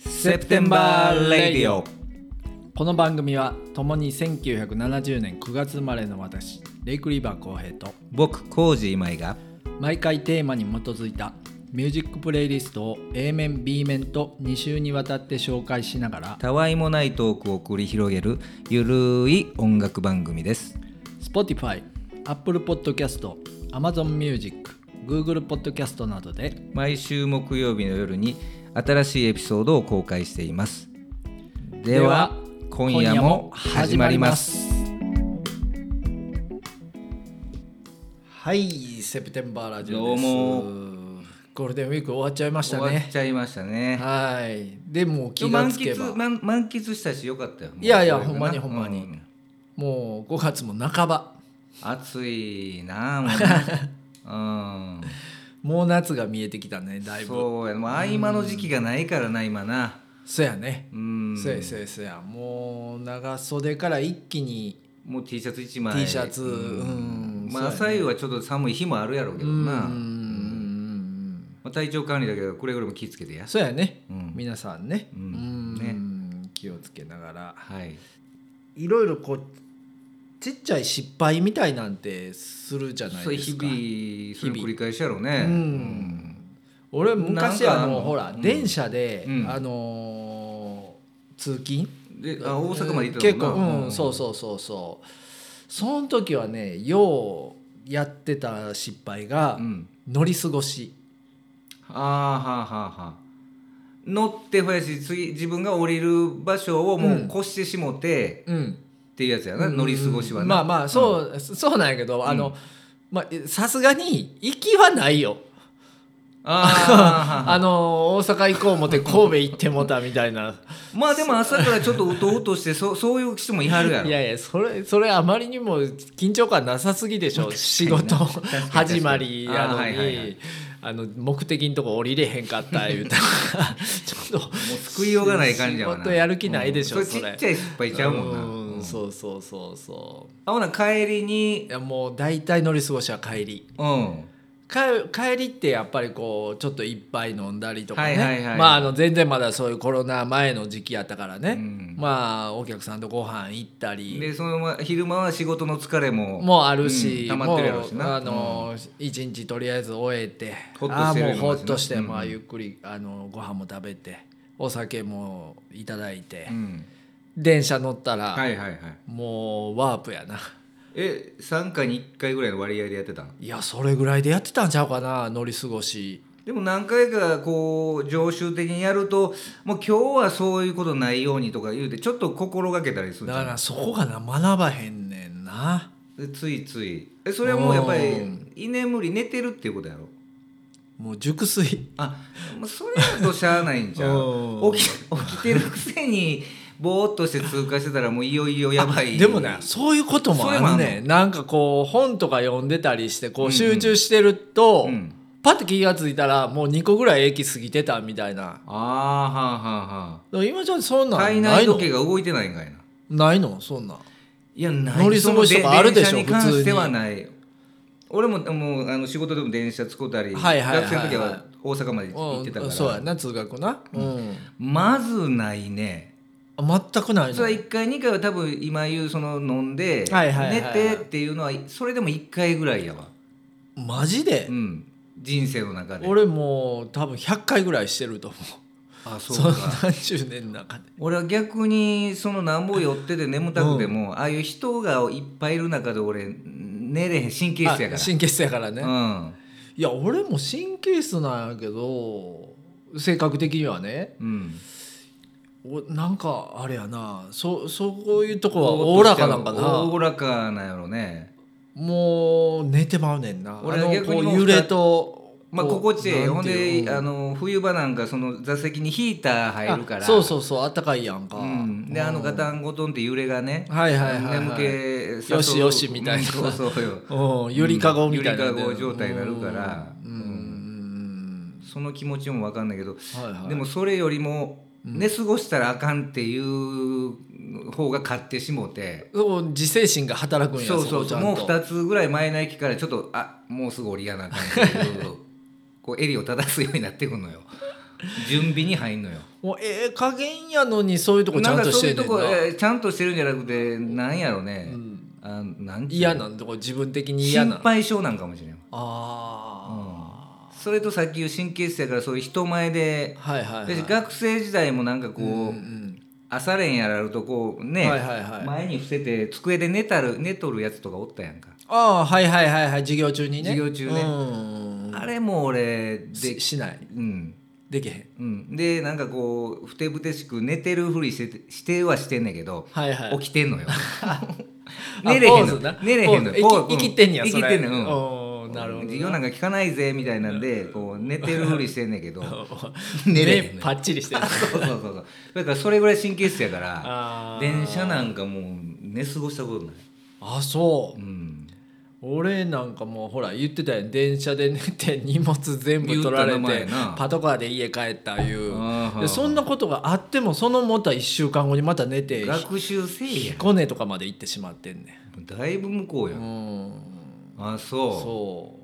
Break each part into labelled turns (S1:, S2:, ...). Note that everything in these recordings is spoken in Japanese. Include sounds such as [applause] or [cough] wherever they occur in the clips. S1: セプテンバーレディオ
S2: この番組は共に1970年9月生まれの私レイク・リーバー浩平と
S1: 僕コージ今井が
S2: 毎回テーマに基づいたミュージックプレイリストを A 面 B 面と2週にわたって紹介しながら
S1: たわいもないトークを繰り広げるゆるい音楽番組です
S2: Spotify、Apple Podcast、Amazon Music、Google Podcast などで
S1: 毎週木曜日の夜に新しいエピソードを公開していますでは
S2: では
S1: 今夜も始まります
S2: はいセプテンバーラジオです
S1: どう
S2: ゴールデンウィーク終わっちゃいました
S1: 終わっ
S2: ね
S1: ちゃいましたね
S2: はいでもう気が
S1: 満
S2: つけば
S1: 喫満満喫したしよかったよ
S2: いやいや
S1: もうそれかな
S2: ほんまにほんまに
S1: う
S2: もう5月も半ば
S1: 暑いなあ
S2: [laughs]
S1: もうなうん
S2: もう夏が見えてきたねだいぶそ
S1: そうやもう合間の時期がないからな今な
S2: やね、
S1: うん
S2: そうやそうやそうやもう長袖から一気に
S1: もう T シャツ1枚
S2: T シャツうん
S1: まあ
S2: そう
S1: 朝夕はちょっと寒い日もあるやろうけど
S2: うん
S1: な、まあ、体調管理だけどくれぐれも気ぃつけてや
S2: そうやね、
S1: うん
S2: 皆さんね,、
S1: うん
S2: ね気をつけながら
S1: はい
S2: いろいろこうちっちゃい失敗みたいなんてするじゃない
S1: そう
S2: です
S1: 日
S2: か
S1: 々それ
S2: 々
S1: 繰り返しやろうね
S2: うん俺昔
S1: なんか
S2: あ
S1: あん
S2: の
S1: の
S2: ほら、
S1: うん
S2: 電車で、
S1: うん
S2: あのー通勤
S1: であ大阪まで行って
S2: 結
S1: たも
S2: 構
S1: んな
S2: うん、そうそうそうそうその時はねようやってた失敗が、
S1: うん
S2: 乗り過ごし
S1: あーはあはあはあ乗ってほやし次自分が降りる場所をもう越してしもて、
S2: うん
S1: っていうやつやな、乗り過ごしはな
S2: まあまあ
S1: うん
S2: そう、そうなんやけどあの、まあえさすがに行きはないよ
S1: あー
S2: あの大阪行こう思って神戸行ってもた
S1: [laughs]
S2: みたいな
S1: まあでも朝からちょっとうとうとしてそそういう人もいはるやろ
S2: いやいやそれそれあまりにも緊張感なさすぎでしょ仕事始まりやのにあ,、
S1: あーはいはいはい
S2: の目的のとこ降りれへんかった言うたら
S1: [laughs]
S2: ちょっ
S1: も
S2: と
S1: う救いようがない感じやわな
S2: 仕事やる気ないでしょ
S1: うん
S2: それ
S1: ちっちゃい失敗ちゃうもんな
S2: うん
S1: うん
S2: そうそうそうそ
S1: あほな帰り
S2: うい
S1: に
S2: やもう大体乗り過ごしは帰り
S1: うん
S2: 帰帰りってやっぱりこうちょっと一杯飲んだりとかね、
S1: はいはいはい
S2: まああの全然まだそういうコロナ前の時期やったからね、
S1: うん
S2: まあお客さんとご飯行ったり
S1: でそのま昼間は仕事の疲れも
S2: もあるし、
S1: うん溜ま
S2: も
S1: っ
S2: う
S1: てるやろうしな
S2: あの一日とりあえず終えて
S1: ほっと
S2: ああ
S1: してる
S2: もう
S1: よ
S2: ほっとして、
S1: うん
S2: まあゆっくりあのご飯も食べてお酒もいただいて
S1: う、ん
S2: 電車乗ったら、
S1: はいはいはい
S2: もうワープやな。
S1: え3回に1回ぐらいの割合でやってたん
S2: いやそれぐらいでやってたんちゃうかな乗り過ごし
S1: でも何回かこう常習的にやるともう今日はそういうことないようにとか言うてちょっと心がけたりする
S2: だ
S1: じゃん
S2: からそこがな学ばへんねんな
S1: でついついえそれはもうやっぱ
S2: う
S1: り
S2: ん
S1: 居眠り寝てるっていうことやろ
S2: もう熟睡
S1: あもうそれだとしゃあないんじゃ
S2: うん
S1: ん起き起きてるくせにぼーっとして通過してたらもういよいよやばい
S2: でもねそういうことも
S1: そ
S2: あん
S1: れ
S2: ね
S1: もあん
S2: んなんかこう本とか読んでたりして
S1: う
S2: こ
S1: んう
S2: うん集中してると、
S1: うん
S2: パッと気が付いたらもう2個ぐらい駅過ぎてたみたいな
S1: ああは
S2: でも今ちょっとそん
S1: あはあは
S2: な
S1: あ
S2: ん
S1: 体
S2: な
S1: 内
S2: いの
S1: 時計が動いてないんかいな
S2: ないのそんなん
S1: いやない
S2: 乗り過ごしとかあるでし
S1: そ
S2: ょ
S1: の電電車に関してはない俺ももうあの仕事でも電車使ったり、
S2: はいはいはいはい
S1: 学生の時は大阪まで行ってたか
S2: うん
S1: ら、
S2: そうやな通学なうん、
S1: まずないね
S2: あ全くない
S1: それ
S2: の
S1: は1回2回は多分今言うその飲んで、
S2: はいはいはい
S1: 寝てっていうのはそれでも1回ぐらいやわ
S2: マジで、
S1: うん人生の中で
S2: 俺もう多分100回ぐらいしてると思う
S1: あそ
S2: そうの
S1: か
S2: 何十年の中で
S1: 俺は逆にそのなんぼ寄ってて眠たくても、ああいう人がいっぱいいる中で俺寝れへん神経質やか
S2: あ
S1: ら
S2: 神経質やからね、
S1: うん
S2: いや俺も神経質なんやけど性格的にはね
S1: うん、
S2: おなんかあれやなそそういうとこはおおらかなん
S1: お
S2: かな
S1: おらかなんやろね
S2: もう寝てまうねんな
S1: 俺
S2: あの
S1: 逆
S2: こ
S1: に
S2: う
S1: もう
S2: 揺れと
S1: まあ
S2: こう
S1: 心地ええよほ
S2: なんていう
S1: であの冬場なんかその座席にヒーター入るから
S2: あそうそうそうあったかいやんか、
S1: うん、であのガタンゴトンって揺れがね、
S2: はいはいはいはい
S1: 眠気誘う
S2: よしよしみたいな
S1: うんそうそうよ
S2: うんゆりかごみたいな
S1: ゆりかご状態になるから
S2: うんうんうん
S1: その気持ちも分かんないけど、
S2: うんはいはい
S1: でもそれよりも寝過ごしたらあかんっていう方が勝ってしもうて、
S2: そう自制心が働くんや
S1: そうそう
S2: こち
S1: そ
S2: ゃ
S1: うん
S2: と
S1: もう2つぐらい前の駅からちょっ [laughs] とあもうすぐ降りやなあかんっていうこう襟を正すようになってくんのよ準備に入んのよ
S2: もうええ加減やのにそういうとこち
S1: な
S2: ゃ
S1: ん
S2: ん
S1: か
S2: とし
S1: そういうん
S2: てね
S1: と
S2: ん
S1: こ
S2: な
S1: えーちゃんとしてるんじゃなくてなんやろね、
S2: うん
S1: あなんていう
S2: 嫌なんとこ自分的に嫌
S1: 心
S2: な
S1: 配性なんかもしれない
S2: あ
S1: それとさっき言う神経質やからそういう人前
S2: あ
S1: で
S2: はいはいはい
S1: 私学生時代もなんかこう、
S2: うんうん
S1: 朝練やられるとこうね、
S2: はいはいはい
S1: 前に伏せて机で寝たる寝とるやつとかおったやんか、
S2: ああはいはいはいはい授業中にね
S1: 授業中ね
S2: うん
S1: あれも俺で
S2: ししない
S1: うん
S2: できへん
S1: うん、でなんかこうふてぶてしく寝てるふりしててしてはしてんねんけど、
S2: はいはい
S1: 起きてんの
S2: [laughs]
S1: よ
S2: あ
S1: 寝れへん
S2: ポーズ
S1: の
S2: な
S1: 寝れへんの
S2: ポーズ
S1: ポーズ
S2: 生き生きてんねや
S1: う
S2: そ
S1: 生
S2: れ
S1: きてんねんうん
S2: おーなるほど
S1: 授業なんか聞かないぜみたいなんでこう寝てるふりしてんねん
S2: [laughs]
S1: けど
S2: 目
S1: 寝れへんのよ
S2: パッチ
S1: [laughs]
S2: リしてる
S1: そうそうそうそうだからそれぐらい神経質やから
S2: あー
S1: 電車なんかもう寝過ごしたことない、、
S2: あそううん俺なんかもうほら言ってたやん電車で寝て荷物全部取られ
S1: 言った名前
S2: て
S1: やな
S2: パトカーで家帰ったいう
S1: あー
S2: でそんなことがあってもそのまた1週間後にまた寝て
S1: 学習せいや
S2: 彦根とかまで行ってしまってんね
S1: だいぶ向こうや
S2: んうん
S1: あそう
S2: そ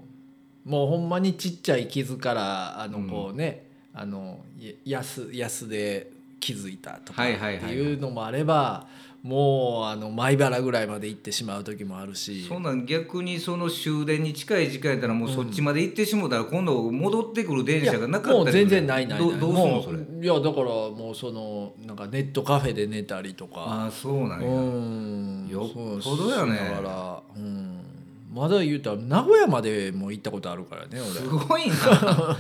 S2: うもうほんまにちっちゃい傷からあのこうね、あのやすやすで気づいたとかっ
S1: は
S2: て
S1: いはいはいはい
S2: いうのもあれば、もうあの米原ぐらいまで行ってしまう時もあるし
S1: そんなん逆にその終電に近い時間やったらもうそっちまで行ってしもたら今度戻ってくる電車がなかったり
S2: もう全然ないないない
S1: どどうすんのそれ
S2: もういやだからもうそのなんかネットカフェで寝たりとか
S1: ああそうなん
S2: う
S1: や、
S2: ん
S1: よっぽど
S2: そう
S1: やね
S2: しながらうんまだ言うたら名古屋までも行ったことあるからね俺
S1: すご
S2: [laughs]
S1: いなあ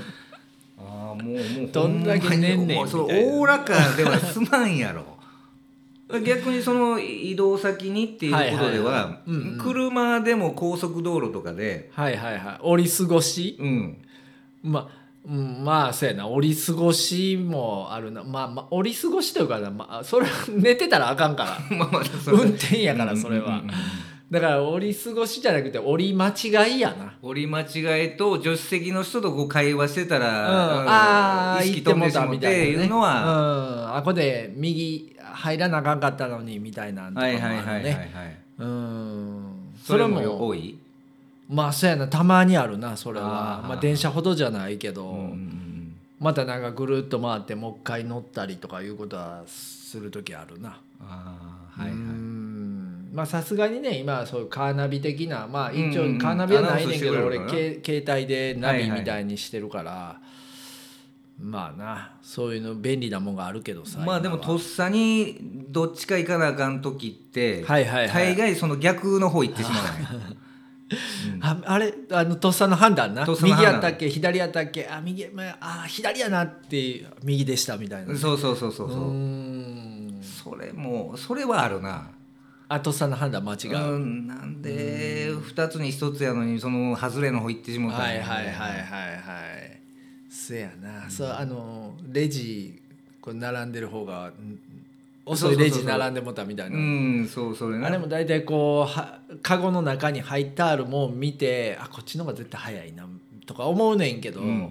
S1: あもうもう
S2: どんだけねんねんみたいな
S1: ほまにそうおおらかではすまんやろ逆にその移動先にっていうことで
S2: はいはい
S1: は
S2: はいうんうん
S1: 車でも高速道路とかで
S2: はいはいはい折り過ごし
S1: うん [laughs]
S2: まあうん、まあそうやな折り過ごしもあるなまあ、まあ、折り過ごしというかな、まあ、それは寝てたらあかんから
S1: まあまあ [laughs] それ
S2: 運転や [laughs] からそれは、
S1: うんうんうん
S2: だから折り過ごしじゃなくて折り間違いやな
S1: 折り間違えと助手席の人とこう会話してた
S2: うん、
S1: ら、
S2: ああ
S1: 意識
S2: 行って
S1: 飛ん
S2: も
S1: で
S2: う
S1: したまう
S2: み
S1: ったて
S2: い
S1: い
S2: な、
S1: う
S2: ね、
S1: のは、
S2: うん、あこで右入らなあかんかったのにみたいなんとか
S1: はい
S2: もあるね、
S1: はいはいはいはい
S2: うん
S1: それも多い
S2: まあそうやなたまにあるなそれは
S1: あー
S2: まあ、電車ほどじゃないけど、
S1: うんうんうん
S2: またなんかぐるっと回ってもう一回乗ったりとかいうことはする時あるな。
S1: ああはいうは
S2: ー
S1: い
S2: んまあさすがにね今はそういうカーナビ的なまあ一
S1: うんうんう
S2: 応
S1: ん
S2: カーナビはないねんけど
S1: アナウンスしてくれるか
S2: 俺
S1: らな
S2: け携帯でナ
S1: は
S2: ビ
S1: いはい
S2: みたいにしてるから、まあなそういうの便利なもんがあるけどさ
S1: まあでも
S2: 今は
S1: とっさにどっちか行かなあかん時って、
S2: はいはいは
S1: 大
S2: い
S1: 概その逆の方行ってしまう
S2: ああれあのとっさの判断な
S1: とっさの
S2: 右
S1: 判断
S2: やったっけ左やったっけあ右、まあ、あ左やなって右でしたみたい [laughs] な
S1: ねそうそうそうそう
S2: う
S1: そ
S2: ー
S1: うんそれもそれはあるな
S2: あとっさの判断間違う、
S1: うん、なんで2つに1つやのにその外れの方行ってしまうたん
S2: はい
S1: や
S2: はいはいはいはいせやな、そうあのレジこう並んでる方がん遅いレジ並んでもたみたいな
S1: うんそうそれな
S2: あれも大体こうはカゴの中に入ったあるもん見てあこっちの方が絶対早いなとか思うねんけど、
S1: うん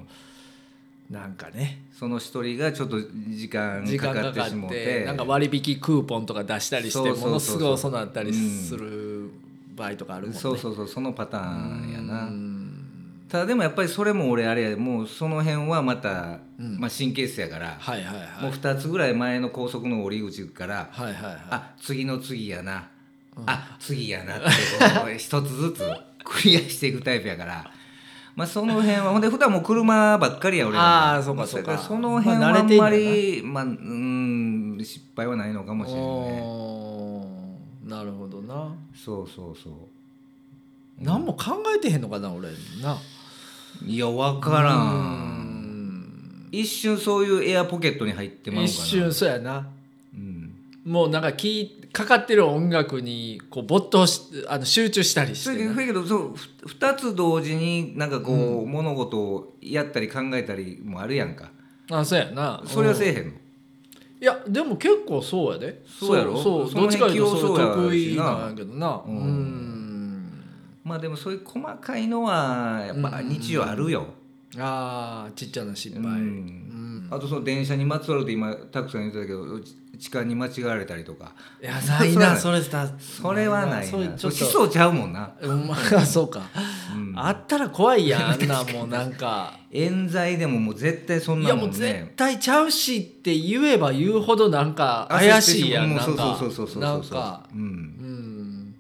S2: なんかね
S1: その一人がちょっと時間
S2: 時
S1: かか
S2: 間か
S1: って
S2: か
S1: しも
S2: っ
S1: うて
S2: てなんか割引クーポンとか出したりし
S1: そう
S2: て
S1: そうそうそ
S2: も
S1: う
S2: のすごい遅なったり
S1: うん
S2: する場合とかあるもんね。
S1: そうそうそうそのパタ
S2: う
S1: ーンやな、
S2: ん
S1: ただでもやっぱりそれも俺あれやもうその辺はまた、
S2: うん
S1: まあ、神経質やから、
S2: はいはいはい。
S1: もう2つぐらい前の高速の降り口から、
S2: はいはいはい。
S1: あ次の次やな、あ次やなってこう一つずつクリアしていくタイプやから。まあその辺はほんで普段もう車ばっかりや俺ら
S2: あーそうかそうか
S1: だらその辺
S2: まあ
S1: はあ
S2: 慣れ
S1: ん
S2: てんねやな
S1: まりまあうん失敗はないのかもしれないね
S2: おーなるほどな、
S1: そうそうそう
S2: 何も考えてへんのかな俺ない
S1: や分から
S2: うんん
S1: 一瞬そういうエアポケットに入ってまうかな
S2: 一瞬そうやな
S1: うん
S2: もうなんか聞いかかってる音楽にこう没頭しあの集中したりし
S1: そ
S2: て
S1: れ
S2: な
S1: だけどそうふ2つ同時になんかこう、物事をやったり考えたりもあるやんか
S2: あそうやな
S1: それはせえ
S2: う
S1: へんの
S2: んいやでも結構そうやで
S1: そうやろ
S2: そう
S1: そ
S2: ど
S1: の
S2: っちかいうと
S1: 辺器用
S2: そ
S1: そう
S2: れ
S1: やしな
S2: 得意なんやけどなう
S1: うんんまあでもそういう細かいのはやっぱ
S2: うん
S1: 日曜あるよ、
S2: うああちっちゃな失敗、
S1: うん
S2: うん
S1: あとその電車にまつわるって今たくさん言ってたけどち痴漢に間違われたりとか
S2: いやないなそれさ
S1: それはないな
S2: そうちょ
S1: そう思想
S2: っと
S1: ちゃうもんな、
S2: うん [laughs] まあそうか、
S1: うん
S2: あったら怖いやんあ
S1: [laughs]
S2: んなもうなんか
S1: 冤罪でももう絶対そん
S2: い
S1: な
S2: やも
S1: もん
S2: う絶
S1: ね
S2: 対ちゃうしって言えば言うほどなんか怪しいやん
S1: もう
S2: なんか
S1: そうそうそうそうそう
S2: なんか
S1: うん
S2: うん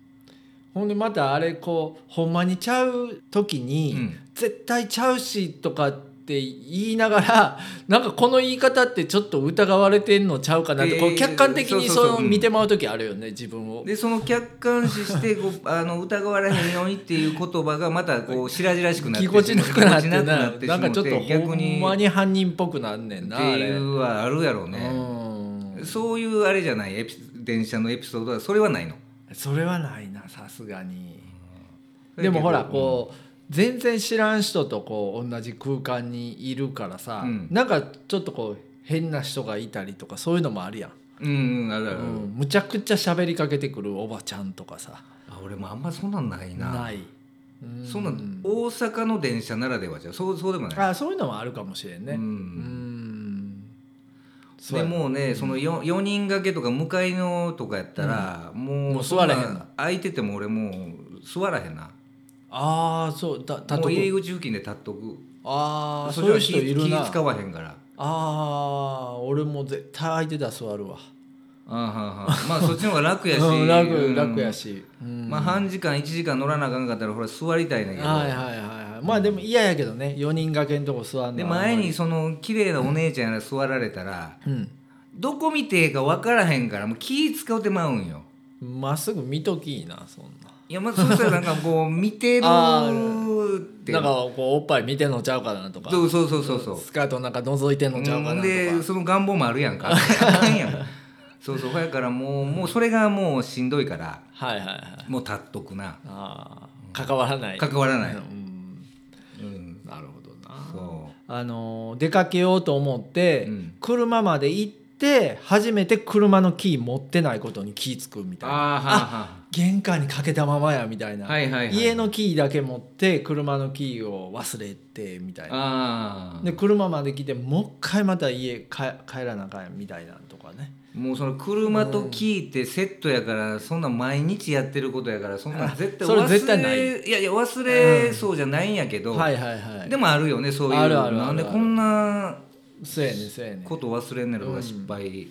S2: ほんでまたあれこうほんまにちゃう時に、
S1: うん
S2: 絶対ちゃうしとかって言いながら [laughs] なんかこの言い方ってちょっと疑われてんのちゃうかなって、こ
S1: え
S2: う
S1: ー
S2: 客観的に
S1: そうそうそう
S2: そう
S1: うん
S2: 見てまう時あるよね自分を。
S1: でその客観視してこう
S2: [laughs]
S1: あの疑われへんようにっていう言葉がまたこう白々しくなって
S2: ぎこちなくなって
S1: ぎこちな
S2: な
S1: く
S2: なんかちょっと
S1: しもて
S2: ほ
S1: 逆
S2: ん
S1: に
S2: ま
S1: っ
S2: に犯人っぽくなんねんなあ
S1: てい
S2: れ。
S1: うはあるやろう
S2: う
S1: ね、
S2: ん
S1: そういうあれじゃないエピ電車のエピソードはそれはないの
S2: それはないなさすがに。
S1: うん
S2: でもほらこう全然知らん人とこう同じ空間にいるからさ、
S1: うん
S2: なんかちょっとこう変な人がいたりとかそういうのもあるやん、
S1: うんうんあるあ
S2: う
S1: る、
S2: ん、むちゃくちゃ喋りかけてくるおばちゃんとかさ
S1: あ俺もあんまそんなんないな
S2: ない、
S1: そんなん大阪の電車ならではじゃんそうそうでもない
S2: あそういうのもあるかもしれんね
S1: う
S2: うんんそう
S1: で
S2: や
S1: もうね、その 4, 四人掛けとか向かいのとかやったら、もう
S2: もう座らへんな
S1: そな空いてても俺もう座らへんな
S2: ああそうだた
S1: も
S2: と
S1: う入り
S2: く
S1: 口付近で立っとく
S2: ああそういう人いる
S1: そっちは
S2: な
S1: 気気使わへんから
S2: ああ俺も絶対相手だ座るわ
S1: あはんはんまあそっちの方が楽やし、
S2: うん、
S1: う
S2: 楽
S1: ん
S2: 楽やし、うん
S1: まあ半時間1時間乗らなあかんかったらほら座りたいねんだけど、
S2: はいはいはいはいまあでも嫌やけどね4人掛けんとこ座んの
S1: で
S2: はあんまり
S1: 前にその綺麗なお姉ちゃんやら座られたら、
S2: うん
S1: どこ見てええか分からへんからもう気使うてまうんよ
S2: まっすぐ見ときいいなそんない
S1: やまあそしたらなんかこう見てる
S2: あ [laughs]
S1: って
S2: なんかこうおっぱい見てんのちゃうかなとか
S1: そうそうそうそうそう
S2: スカートなんか覗いてんのちゃうかな
S1: うん
S2: とか
S1: でその願望もあるやんかあかんやん
S2: [laughs]
S1: そうそうだからもうもうそれがもうしんどいから
S2: はいはいはい
S1: もう立っとくな
S2: あー関わらない
S1: 関わらない、
S2: うん
S1: うん、
S2: なるほどな
S1: そ
S2: あのー出かけようと思って、
S1: うん
S2: 車まで行って初めて車のキー持ってないことに気付くみ
S1: う
S2: たいな
S1: あ
S2: 玄関にかけたままやみたい
S1: ー
S2: な、
S1: はーはーはいはい、はい、
S2: 家のキーだけ持って車のキーを忘れてみたいな
S1: あ
S2: で車まで来てもう一回また家か帰らなあかんやんみたいなとかね
S1: あもうその車と聞いてセットやからそんな毎日やってることやからそんな
S2: あ
S1: 絶対
S2: それ
S1: 忘れ
S2: 絶対ない
S1: いやいや忘れそうじゃないんやけど、
S2: はいはいはい
S1: でもあるよねそういう
S2: あるあるある
S1: なんでこんな
S2: そうやねそうやね
S1: こと忘れんねやろうが失敗、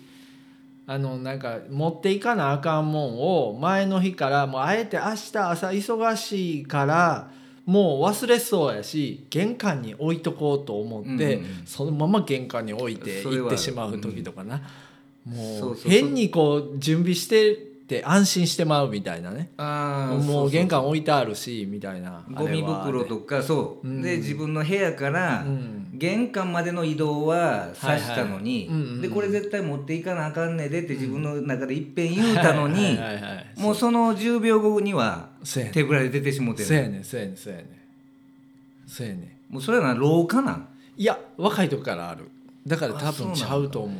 S2: あのなんか持っていかなあかんもんを前の日からもうあえて明日朝忙しいからもう忘れそうやし玄関に置いとこうと思って、
S1: うんうんうん
S2: そのまま玄関に置いて
S1: それは
S2: 行ってしまう時とかな、
S1: そ
S2: も
S1: う
S2: う
S1: そうそう
S2: 変にこう準備してって安心してまうみたいなね
S1: ああ
S2: もう玄関置いてあるしみたいな
S1: ゴミ袋とかそう、
S2: うん
S1: で自分の部屋から、
S2: うん
S1: 玄関までの移動はさしたのに、
S2: はいはいうんうん
S1: でこれ絶対持っていかなあかんねでって自分の中でいっぺん言うたのに、
S2: はいはいはいはい
S1: [laughs] もうその10秒後には
S2: そうやね
S1: 手ぶらで出てしもて
S2: そう
S1: る
S2: やねそうやねそうやねそうやね
S1: もうそれはな老化なん
S2: いや若い時からあるだから多分ちゃうと思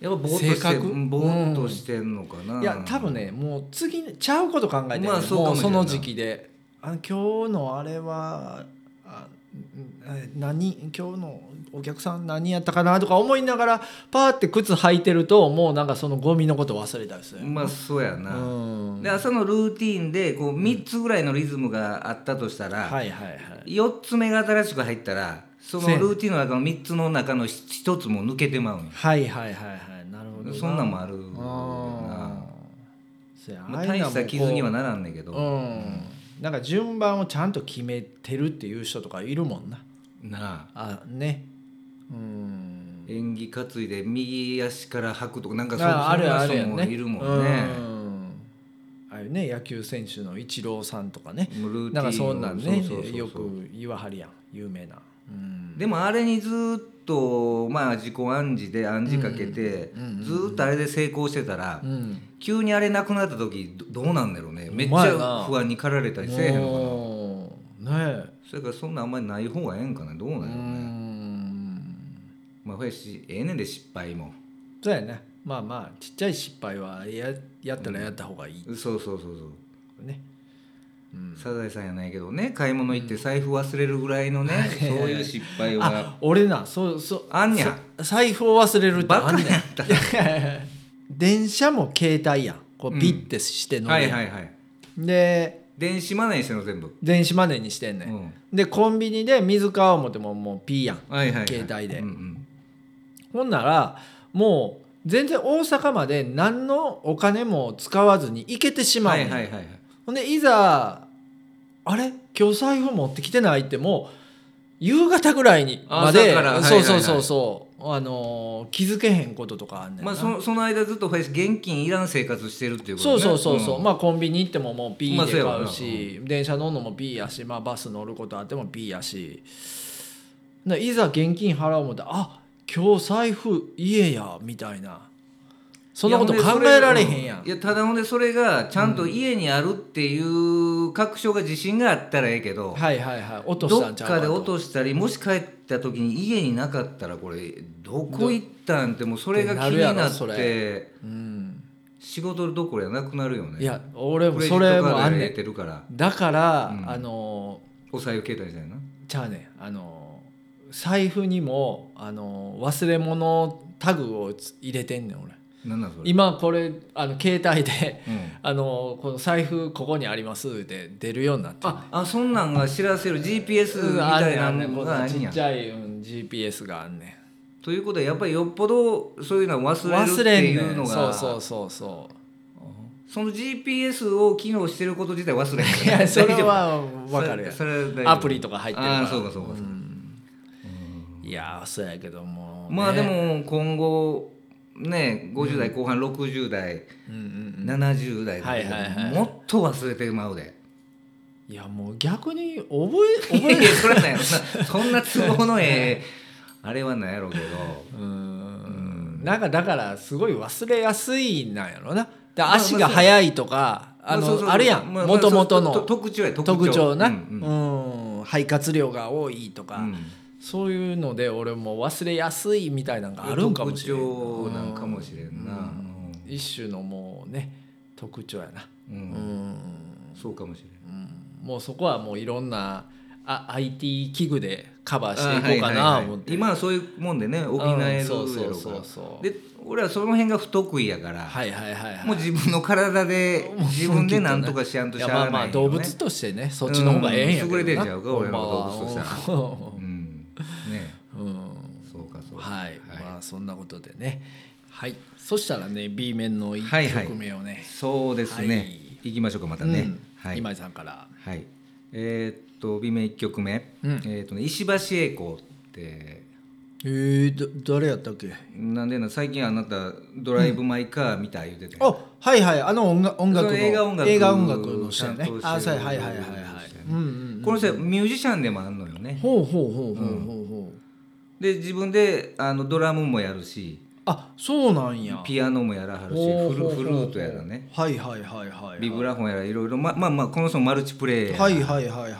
S2: う
S1: やっぱぼーっとして
S2: 性格
S1: うんぼーっとしてんのかな、
S2: いや多分ねもう次にちゃうこと考えてる、
S1: まあそうか
S2: も
S1: も
S2: う
S1: しれ
S2: そ
S1: んな
S2: の時期であの今日のあれはあん何今日のお客さん何やったかなとか思いながらパーって靴履いてるともうなんかそのゴミのこと忘れたりする、
S1: まあそうや
S2: う
S1: な、
S2: ん、
S1: で朝のルーティンでこう3つぐらいのリズムがあったとしたら、
S2: はいはいはい
S1: 4つ目が新しく入ったらその
S2: せやね
S1: ルーティンの中の3つの中の1つも抜けてまうんよ
S2: はいはいはいはいなるほど
S1: そんなんもあるよな
S2: あーそや
S1: ま
S2: あ
S1: あ、
S2: あ
S1: 大
S2: いうのはもうこう
S1: した傷にはならんねんけど、
S2: うんなんか順番をちゃんと決めてるっていう人とかいるもんな
S1: なあ
S2: あねうん
S1: 演技担いで右足から履くとかなんかそ
S2: ああるあ
S1: そ
S2: る
S1: んな
S2: や
S1: 人
S2: ん
S1: も
S2: ね
S1: いるもんね
S2: うんああいうね野球選手のイチローさんとかね
S1: もうルーティン
S2: なんかそんなん
S1: そう
S2: ね
S1: そうそうそう
S2: よく言わはるやん有名なうん
S1: でもあれにずっとまあ自己暗示で暗示かけて、
S2: うんうんうんうん
S1: ずーっとあれで成功してたら、
S2: うん
S1: 急にあれなくなった時どどうなんだろうねめっち
S2: ほんまやな
S1: ゃ不安に駆られたりせえへんのかな
S2: もうね
S1: それからそんなあんまりない方がええんかなどうなん
S2: う
S1: やろうね
S2: ん
S1: まあほやしええねんで失敗も
S2: そうやねまあまあちっちゃい失敗はややったらやった方がいい
S1: そうそうそうそう
S2: ね、うん
S1: サザエさんやないけどね買い物行って財布忘れるぐらいのね、そういう失敗は
S2: あ俺なそうそう
S1: あんにゃ
S2: そ財布を忘れるって
S1: バ
S2: あ
S1: カ
S2: ん
S1: や
S2: ね
S1: っ
S2: ん
S1: た
S2: いやいやいや [laughs] 電車も携帯やんこ
S1: うん
S2: うピッてして乗る、
S1: はいはいはい
S2: で
S1: 電子マネーしてんの全部、
S2: 電子マネーにしてんね、
S1: うんん、
S2: でコンビニで水買おう思ってももうピーやん
S1: はいはいはい
S2: 携帯で
S1: うんうん
S2: ほんならもう全然大阪まで何のお金も使わずに行けてしま
S1: は
S2: うねん、
S1: いはいはいはい
S2: ほんでいざあれ今日財布持ってきてないってもう夕方ぐらいにまで
S1: 朝からはいはい
S2: そ
S1: は
S2: う
S1: い
S2: そうそうそう、あのー気づけへんこととかあんねん
S1: ま
S2: な、
S1: あそのその間ずっとフェイス現金いらん生活してるっていうこと、
S2: そ
S1: ね、
S2: うそうそうそう、
S1: ん
S2: まあコンビニ行ってももう B
S1: まあ
S2: で
S1: そうやわ
S2: 買
S1: な
S2: うし、電車乗るのも B やし、まあ、バス乗ることあっても B やしないざ現金払おう思ってあ今日財布家やみたいなそんなこと
S1: いやほ
S2: 考
S1: んでそ
S2: えられへんやん
S1: いやただほんでそれがちゃんと家にあるっていう確証が自信があったらええけど、
S2: はいはいはい落とし
S1: ど
S2: た
S1: っ
S2: んちゃう
S1: かで
S2: と
S1: 落としたりもし帰った時に家になかったらこれどこ行ったんってもうそれが気に
S2: ってなるや
S1: な
S2: ろそ
S1: って
S2: うん、
S1: 仕事どころやなくなるよね
S2: いや俺も
S1: クレジ
S2: そ
S1: ットカ
S2: れ
S1: ード
S2: もあ
S1: 入
S2: んね
S1: れ
S2: ん
S1: てるから
S2: だから、
S1: うん
S2: あの
S1: お財布携帯じゃないな
S2: ちゃうねんあの財布にもあの忘れ物タグをつ入れてんねん俺。
S1: なんなんそれ
S2: 今これあの携帯で [laughs]
S1: うん
S2: あのこの財布ここにありますで出るようになって
S1: ああそんなんが知らせる GPS
S2: うん
S1: み
S2: あん
S1: た
S2: ね
S1: い
S2: ん
S1: な
S2: あんねん
S1: の
S2: こん
S1: が
S2: な
S1: あ
S2: ち
S1: んね
S2: っ
S1: や
S2: ちゃい、うん GPS があんね
S1: ということはやっぱりよっぽどそういうのは
S2: ん
S1: 忘れるって
S2: ん
S1: いうの
S2: そ
S1: が
S2: うそうそうそう
S1: その GPS を機能してること自体忘れへん [laughs]
S2: いやそれは
S1: 大丈夫
S2: 分かるやん
S1: それそれは大丈夫
S2: アプリとか入ってるから
S1: ああそうかそうかそうか、
S2: んいやーそうやけども、
S1: まあで
S2: ね、
S1: も今後ね50代後半60代、
S2: うんうんうん
S1: 70代だけど
S2: はいはいはい
S1: もっと忘れてまうで
S2: いやもう逆に覚え
S1: い
S2: 覚
S1: や
S2: え
S1: いやそれはなんやろな [laughs] そんな都合の
S2: [laughs]
S1: ええあれはなんやろうけど
S2: うーんなんかだからすごい忘れやすいなんやろなで足が速いとかあ
S1: まそうそう
S2: のあるやん
S1: まあ
S2: もともと
S1: まあそう
S2: の
S1: と特徴や特徴
S2: 特徴な、
S1: う
S2: うん
S1: うん
S2: ん肺活量が多いとか、
S1: うん
S2: そういうので俺も忘れやすいみたいなのがあるんかもしれんな
S1: 特徴なんかもしれんな、
S2: う一種のもうね特徴やな、
S1: うん
S2: うん
S1: そうかもしれん
S2: うんもうそこはもういろんなあ IT 器具でカバー
S1: あ
S2: していこうか
S1: は
S2: な
S1: はは
S2: 思って、
S1: 今はそういうもんでね補えるや
S2: うんそ
S1: ろ
S2: う
S1: う
S2: そう
S1: か
S2: そう
S1: ら
S2: そう
S1: で俺はその辺が不得意やから、
S2: はいはいはいは
S1: [laughs]
S2: い
S1: もう自分の体で [laughs] 自分で何とかしやんと
S2: い
S1: し
S2: や
S1: ゃあ
S2: ま
S1: ないよ、
S2: あ
S1: ね、
S2: まあ動物としてねそっちの方がええんやけどな
S1: うん優れてんちゃうか俺らの動物として
S2: は
S1: うんねそうかそうか
S2: はい、まあそんなことでねはいそしたらね B 面の一
S1: はいはい
S2: 曲目をね、
S1: そうですね、
S2: はい
S1: 行きましょうかまたね、
S2: うん
S1: はい、
S2: 今井さんから
S1: はい、えーっと B 面1曲目、
S2: うん
S1: えーっとね、石橋英子って
S2: えー、ど誰やったっけ
S1: なんでな最近あなたドライブ・マイ・カーみたい言うてたやん
S2: あはいはいあの音楽音楽の
S1: その映画音楽
S2: 映画音楽の人やね
S1: 担当してる
S2: あそうやはいはいはいはいうんうん
S1: この人はミュージシャンでもあんのよね
S2: ほうほうほうほうほうほう、
S1: で自分であのドラムもやるし
S2: あそうなんや
S1: ピアノもやらはるし
S2: ほう
S1: フ
S2: ほうほう
S1: ル
S2: ほ
S1: フ
S2: う
S1: ルートやらね
S2: はいはいはいはいはい
S1: ビブラフォンやらいろいろままあまあこの人もマルチプレイヤー
S2: はいはいはいはいはい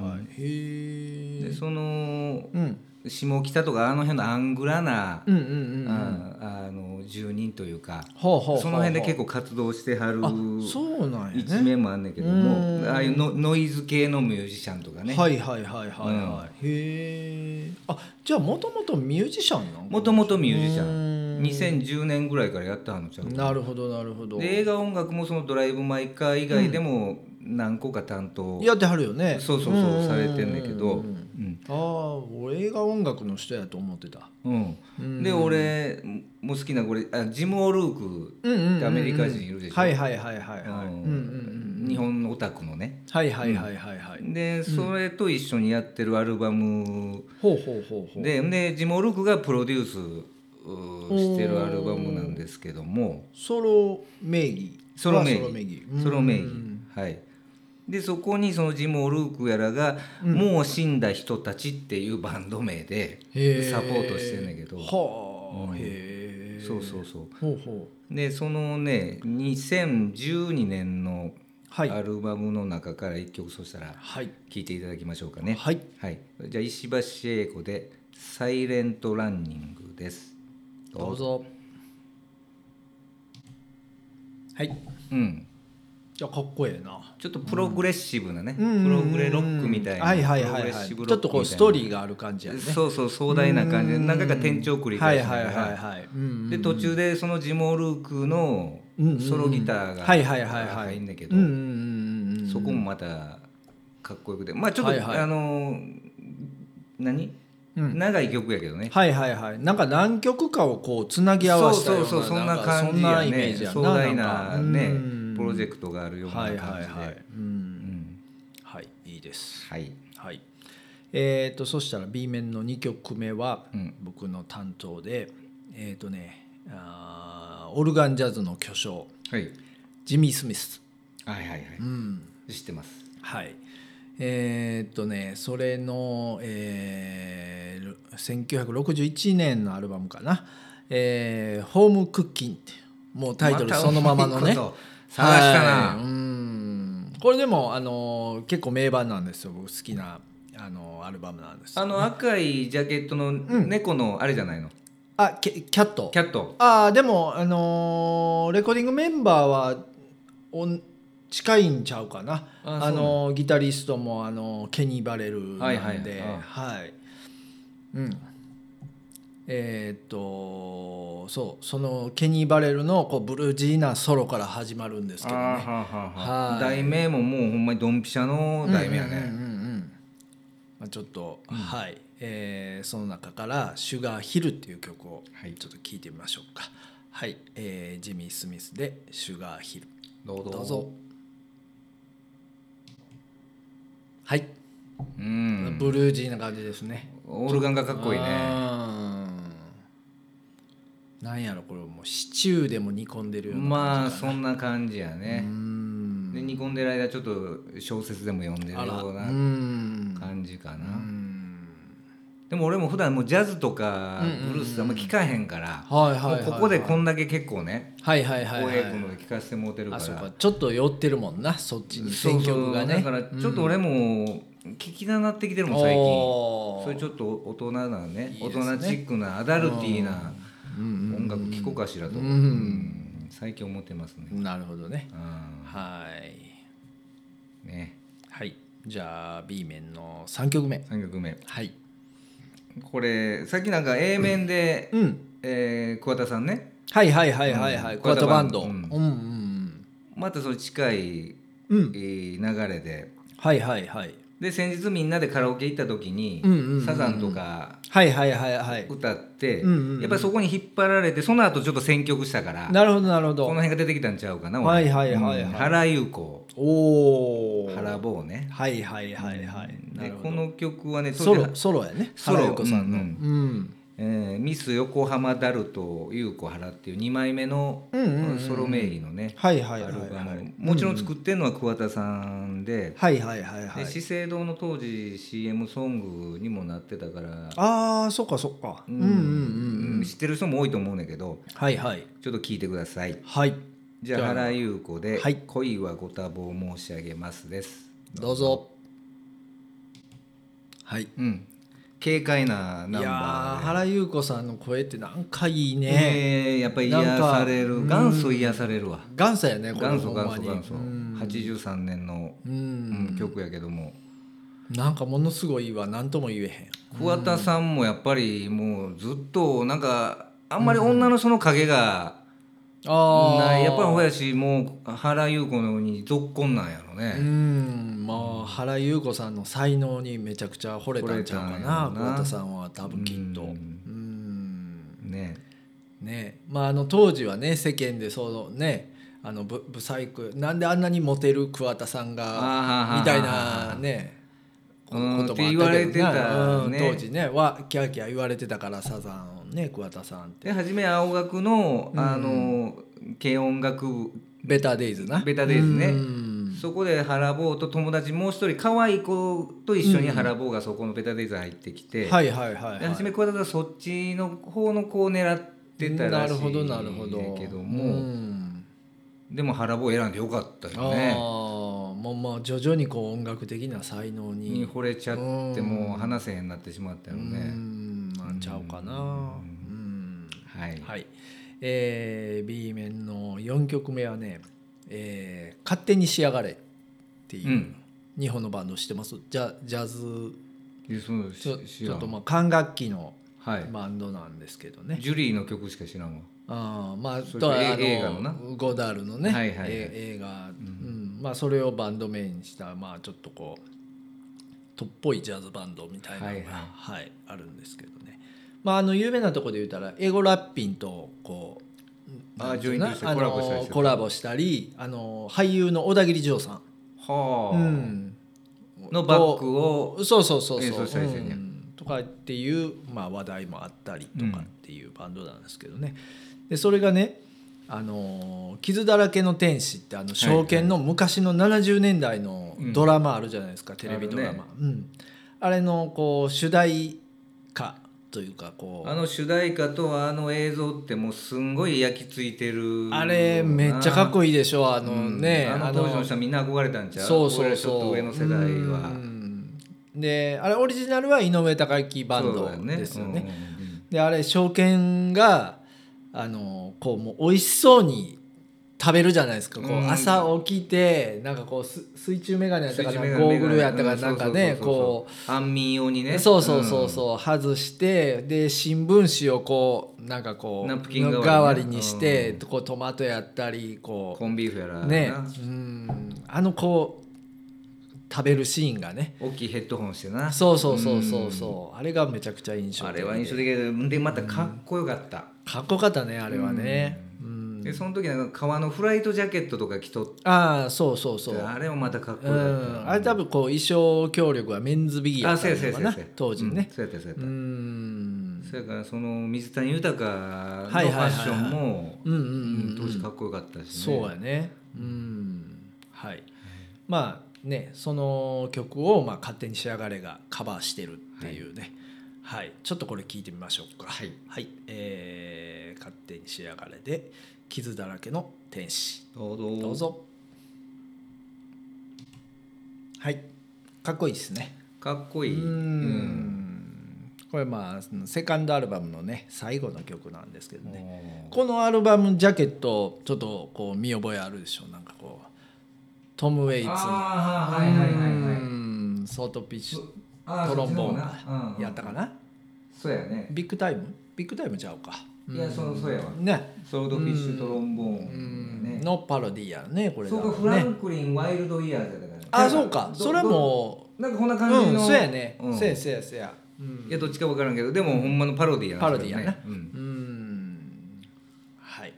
S2: はい、へ
S1: で
S2: え
S1: その
S2: うん
S1: 下北とかあの辺のアングラな、
S2: うんうんうんうん
S1: ああの住人というか
S2: ほうほうほうほう
S1: その辺で結構活動してはる
S2: あそうなんや
S1: 一
S2: ね
S1: 面もあんねんけども、
S2: うん
S1: ああいうノノイズ系のミュージシャンとかね
S2: はいはいはいはいはい、へえあじゃあもともとミュージシャンなの
S1: もともとミュージシャ
S2: う
S1: ン
S2: ん
S1: 2010年ぐらいからやってはんのちゃうか
S2: なるほどなるほど
S1: で映画音楽もその「ドライブ・マイ・カー」以外でも何個か担当、
S2: やってはるよね
S1: そうそうそう、
S2: んんん
S1: されてんねんけど、
S2: う
S1: うんん
S2: ああ俺映画音楽の人やと思ってた
S1: うん
S2: うん
S1: で俺も好きなこれあジム・オルーク
S2: うんうんうんうん
S1: ってアメリカ人いるでしょ
S2: はいはいはいはい
S1: あ
S2: はい
S1: の
S2: うんうんうん
S1: 日本のオタクのね
S2: はいはいはいはいはい
S1: でそれと一緒にやってるアルバム
S2: ほうほうほうほう
S1: ででジモルクがプロデュースうーしてるアルバムなんですけども
S2: ソロ名義
S1: ソロ名義
S2: はうん
S1: ソロ名義はいでそこにそのジモルクやらが「もう死んだ人たち」っていうバンド名で
S2: へ
S1: サポートしてんだけど
S2: はあ、
S1: うん
S2: へえ
S1: そうそうそう
S2: ほうほう
S1: でそのね2012年の
S2: はい
S1: アルバムの中から1曲そしたら
S2: はい
S1: 聴いていただきましょうかね
S2: はい
S1: はい、じゃあ石橋英子で「サイレントランニング」です
S2: どうぞはい
S1: うん
S2: いやかっこええな
S1: ちょっとプログレッシブなね、
S2: うん
S1: プログレロックみたいな、
S2: はいはい
S1: プロ
S2: は
S1: グレ
S2: い
S1: ッ
S2: はい
S1: シ
S2: ち
S1: ブ
S2: ょ
S1: ロッ
S2: っ
S1: ク
S2: とこうストーリー
S1: が
S2: がある感じやね
S1: そうそう壮大な感じで
S2: うん
S1: 何回か転調を繰り
S2: はい
S1: 返し
S2: は
S1: ないがら
S2: はいはいうんうんうん
S1: で途中でそのジモルークの
S2: うんうんうん
S1: ソロギターが
S2: はいはいはいはい
S1: 入るんだけど
S2: うんうんうんうんうん
S1: そこもまたかっこよくてまあちょっと、
S2: はいはい
S1: あの何、
S2: うん
S1: 長い曲やけどね
S2: はいはいはいなんか何曲かをこうつなぎ合わせたような
S1: そうそうそうそんな
S2: か
S1: 感じ
S2: そんな
S1: や
S2: イメ
S1: ね
S2: ージやな
S1: 壮大なねプロジェ
S2: ク
S1: クトがあるような
S2: は
S1: 感
S2: い
S1: じで、
S2: はいはいうん
S1: うん
S2: はいいいです
S1: はい
S2: はいえー、とそしたら B 面の2曲目は
S1: うん
S2: 僕の担当で、えっ、とねあーオルガンジャズの巨匠
S1: はい
S2: ジミー・スミス、
S1: はいはいはい
S2: うん
S1: 知ってます
S2: はいえっ、とねそれの、えー、1961年のアルバムかな「えーホームクッキン」っていうもうタイトルそのま
S1: [laughs]
S2: まの
S1: た同
S2: ね、
S1: じこと探したな、
S2: はいうんこれでもあの結構名盤なんですよ僕好きなあのアルバムなんですよ
S1: あの赤いジャケットの猫のあれじゃないの、
S2: あキャキャット
S1: キャット
S2: ああでもあのーレコーディングメンバーはおん近いんちゃうかな
S1: あ
S2: あ
S1: そうなの
S2: のーギタリストもあのーケニー・バレルなんでは
S1: はいいはいあ
S2: うんえーっとそうそのケニー・バレルのこうブルージーなソロから始まるんですけど
S1: あ
S2: ね
S1: ーはあはあはあ
S2: はい
S1: 題名ももうほんまにドンピシャの題名や
S2: うん
S1: ね
S2: うんうんうんうんまあ、ちょっと、はい、えーその中から「シュガーヒル」っていう曲を
S1: はい
S2: ちょっと聞いてみましょうかはい、えージミー・スミスで「シュガーヒル」
S1: どうぞ
S2: どうぞはい、
S1: うん
S2: ブルージーな感じですね
S1: オルガンがかっこいいうね
S2: ーんなんやろこれもうシチューでも煮込んでるような
S1: まあ
S2: 感じか
S1: そんな感じや
S2: な
S1: ね
S2: うーん
S1: で煮込んでる間ちょっと小説でも読んでる
S2: あら
S1: よ
S2: う
S1: う
S2: ー
S1: なん感じか
S2: うー
S1: なんでも俺も普段もうジャズとか
S2: うんうんうん
S1: ブルースあんま聞かへんから
S2: はいはいはい
S1: もうここでこんだけ結構ね
S2: はいはいはい
S1: 浩
S2: は
S1: 平君
S2: い
S1: ので聞かせてもうてるか
S2: あ
S1: ら
S2: そうかちょっと寄ってるもんなそっちに選曲がね
S1: そうそうだからちょっと俺も聞きたなってきてるもん最近
S2: おー
S1: それちょっと大人なね
S2: いいですね
S1: 大人チックなアダルティーな
S2: うん
S1: 音楽聴こうかしらと、
S2: うん
S1: うん最近思ってますね、
S2: うんなるほどね
S1: あ
S2: はい
S1: ーね
S2: はいじゃあ B 面の3曲目
S1: 3曲目
S2: はい
S1: これさっきなんか A 面で、
S2: うん
S1: えー桑田さんね
S2: はいはいはいはいは
S1: う
S2: い
S1: ん
S2: クワットバンドう
S1: ク
S2: ん
S1: ワ
S2: う
S1: ッ
S2: ん
S1: トまたその近い、
S2: うんう
S1: え
S2: ん
S1: ー流れで
S2: はいはいはい
S1: で先日みんなでカラオケ行った時に、
S2: うんうんうんうん
S1: サザンとか
S2: はいはいはいはい
S1: 歌って、
S2: うんうんうん
S1: やっぱりそこに引っ張られてその後ちょっと選曲したから
S2: なるほどなるほ
S1: この
S2: ど
S1: 辺が出てきたんちゃうかな
S2: はいはいはいはい
S1: うん原由子
S2: おお
S1: 原坊ね
S2: はいはいはいはいな
S1: で
S2: る
S1: こ
S2: ほど
S1: の曲はね
S2: ソ
S1: 当
S2: ロ
S1: 時
S2: ソロやね
S1: ソロ
S2: 原由子さんの
S1: うん
S2: うん
S1: えーミス横浜ダルト優子原っていう2枚目の
S2: うんうんうん
S1: ソロ名義のね
S2: はい
S1: ア
S2: はい
S1: ル
S2: はい
S1: バ
S2: はい
S1: ムもちろん作ってるのは桑田さんで
S2: はいはいはいは
S1: で
S2: い
S1: 資生堂の当時 CM ソングにもなってたから
S2: ああそっかそっかう
S1: うん
S2: うんうんうん
S1: 知ってる人も多いと思うんだけど
S2: はいはい
S1: ちょっと聞いてください
S2: はい
S1: じゃあ原優子で
S2: は
S1: 「
S2: い
S1: 恋はご多忙申し上げます」です
S2: どうぞはいい
S1: うん軽快なナ
S2: や
S1: ンバー
S2: ー
S1: で
S2: 原由子さんの声ってなんかいいね
S1: ねえやっぱり癒される元祖癒されるわ
S2: 元祖やねこれ
S1: 元祖
S2: ほん
S1: 元
S2: ま
S1: 祖
S2: に
S1: 元祖
S2: うん
S1: 83年の、
S2: う
S1: うん
S2: ん
S1: 曲やけども
S2: なんかものすごいいいわ何とも言えへん
S1: 桑田さんもやっぱりもうずっとなんかあんまり女のその影が
S2: ああ
S1: ないやっぱりほやしもう原優子のようにぞっこんなんやろ
S2: う
S1: ね、
S2: んまあ原由子さんの才能にめちゃくちゃ惚れたんちゃう
S1: 惚
S2: かな
S1: れたんやろな
S2: 桑田さんは多分きっと
S1: う
S2: うんん
S1: ね
S2: ねまあ、あの当時はね世間でそのねあのブブサイクなんであんなにモテる桑田さんがみたいなね
S1: う
S2: こ
S1: ん
S2: ともあ
S1: って
S2: っ
S1: 言わ
S2: た
S1: れ
S2: け
S1: て
S2: ど
S1: た
S2: なうん
S1: ね
S2: 当時ねはキャーキャー言われてたからサザンをね桑田さんって
S1: で初め青学のあの軽音楽部
S2: ベターデイズな
S1: ベターデイズね
S2: うん
S1: そこで原坊と友達もう一人可愛い子と一緒に原坊がそこのベタデイズ入ってきて、
S2: はいはいはい、
S1: で初
S2: は
S1: め
S2: い、
S1: 桑田さんはそっちの方の子を狙ってた
S2: な
S1: らし
S2: る
S1: い
S2: ほどなるほど
S1: けど
S2: う
S1: も、
S2: ん
S1: でも原坊選んでよかった
S2: ああ
S1: よね
S2: もうまあ徐々にこう音楽的な才能に
S1: に惚れちゃって
S2: うん
S1: もう話せへんなってしまったよ
S2: う
S1: ね、
S2: んなんちゃうかなうん
S1: はい、
S2: はい、えー、B 面の4曲目はね、えー勝手に仕上がれ」って
S1: う
S2: いうん日本のバンド知ってますジャジャズ
S1: でその
S2: ちょ
S1: し
S2: ちょっと
S1: 知
S2: まあ管楽器の
S1: らんはい、
S2: バンドなんですけどね、
S1: ジュリーの曲しか知らんわ
S2: ああまあ
S1: それ
S2: と
S1: え
S2: あの
S1: 映画のな
S2: ゴダールのね、
S1: はいはいはい
S2: え映画、うん
S1: ん
S2: まあ、それをバンド名にした、まあ、ちょっとこうとっぽいジャズバンドみたい
S1: は
S2: なのが、はいい
S1: はい
S2: あるんですけどね、まあ、あの有名なとこで言ったらエゴラッピンとこう
S1: あー
S2: なんていうの
S1: ジョイントして
S2: あの
S1: コラボしたりして
S2: コラボしたりあの俳優の小田切丈さ
S1: は
S2: ん、う
S1: あ、
S2: ん、
S1: のバックを
S2: そうそうそう
S1: 演
S2: そ
S1: 奏
S2: う、
S1: したりしてんねや
S2: うんとかっていう、まあ、話題もあったりとかっていうバンドなんですけどね、でそれがね「あのー傷だらけの天使」ってあの証券の昔の70年代のドラマあるじゃないですか、テレビドラマあ,、うん、あれのこう主題歌というかこう
S1: あの主題歌とあの映像ってもうすんごい焼き付いてる
S2: あれめっちゃかっ
S1: いい
S2: こいいでしょあのね、
S1: あの当時の人はみんな憧れたんちゃう
S2: そうそ
S1: 俺
S2: う
S1: らちょっ
S2: そ
S1: と
S2: う
S1: 上の世代
S2: う
S1: は
S2: んであれオリジナルは井上貴之バン
S1: そう
S2: ド
S1: だ
S2: ですよね
S1: うんうんうん
S2: であれ証券があのこうもう美味しそうに食べるじゃないですかこう
S1: うん
S2: 朝起きてなんかこうす水中眼鏡やったか
S1: 水中
S2: な
S1: 眼鏡
S2: ゴーグルやったかなんか
S1: うん
S2: ね
S1: そうそうそうそう
S2: こう
S1: 安眠用にね
S2: そうそうそうそう外してで新聞紙をこうなんかこう
S1: ナプキン代わりね
S2: 代わりにして
S1: うん
S2: こうトマトやったり
S1: うん
S2: こ
S1: コンビーフやら
S2: うね
S1: な
S2: うんあのこう食べるシーンがね
S1: 大きいヘッドホンしてな
S2: そうそうそうそうそうあれがめちゃくちゃ印象
S1: あ
S2: 的で
S1: れは印象的ででまたかっこよかった、
S2: かっこよかったねあれはね、うん
S1: でその時なんか革のフライトジャケットとか着とっ
S2: ああそうそうそう
S1: てあれもまたかっこ
S2: う
S1: よかった、
S2: んあれ多分こう衣装協力はメンズビギーや
S1: あ
S2: った
S1: そう
S2: の
S1: やそう
S2: か
S1: やそう
S2: な
S1: やそうや
S2: 当時ね
S1: うんそうやったそうや
S2: う
S1: っ
S2: ん
S1: た、そやからその水谷豊のファ
S2: はいはいはいは
S1: ッ
S2: い
S1: ションも
S2: うんうん
S1: う
S2: う
S1: ん
S2: んう
S1: 当
S2: ん
S1: 時かっこよかったしね
S2: そうやねうんはいまあねその曲をまあ勝手に仕上がれがカバーしてるっていうねはい、ちょっとこれ聞いてみましょうか
S1: はい、
S2: えー勝手に仕上がれ」で「傷だらけの天使」
S1: どうぞ
S2: どうぞはいかっこいいですね
S1: かっこ
S2: う
S1: いいうん
S2: んこれまあそのセカンドアルバムのね最後の曲なんですけどね
S1: ね
S2: このアルバムジャケットちょっとこう見覚えあるでしょなんかこうトム・ウェイツの
S1: あーはいはいはいはい
S2: うんソートピッシュ
S1: あー
S2: トロンボーン
S1: そっちの方な
S2: が
S1: うん
S2: やったかな
S1: そうやね
S2: ビッグタイムビッグタイムちゃうか
S1: いや
S2: うん
S1: そうそうやわ
S2: ね
S1: ソードフィッシュトロンボー
S2: う
S1: ン
S2: ん
S1: ね
S2: のパロディーやねこれだ
S1: そう
S2: も
S1: か
S2: ん
S1: フラ
S2: ね
S1: ンクリンワイルドイヤーズだから
S2: あそうかそれはも
S1: う
S2: う
S1: なんかこんな感じ
S2: うん
S1: の
S2: そうやね、
S1: うん
S2: せやせやせや、
S1: いやどっちか分からんけどでもほんまのパロディやな
S2: パロディや
S1: そ
S2: な
S1: れねうん
S2: うんはい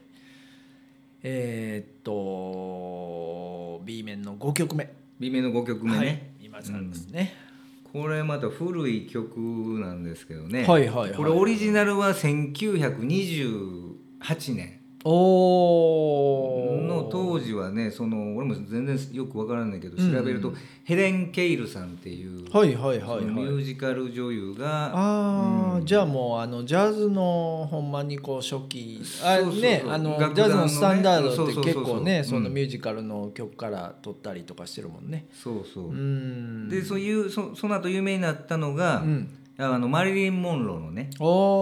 S2: えーっと B 面の5曲目
S1: B 面の5曲目
S2: はい
S1: ね、
S2: 今さんですね、
S1: これまた古い曲なんですけどね
S2: はいはいはい
S1: これオリジナルは1928年
S2: おー
S1: の当時はねその俺も全然よくわからないけど
S2: うんうん
S1: 調べると、ヘレン・ケイルさんっていう、
S2: はいはいは
S1: そのミ
S2: い
S1: ュ
S2: は
S1: ー
S2: い
S1: ジカル女優が
S2: ああ、
S1: うん
S2: じゃあもうあのジャズのほんまにこう初期あ
S1: そうそうそう
S2: ねあの
S1: 楽団のね
S2: ジャズのスタンダードって
S1: そうそう
S2: 結
S1: そうそう
S2: 構ね
S1: うん
S2: そのミュージカルの曲から撮ったりとかしてるもんね。
S1: そうそう、
S2: うん、
S1: でそういうそその後有名になったのが、
S2: うん、
S1: あのマリリン・モンローのね
S2: お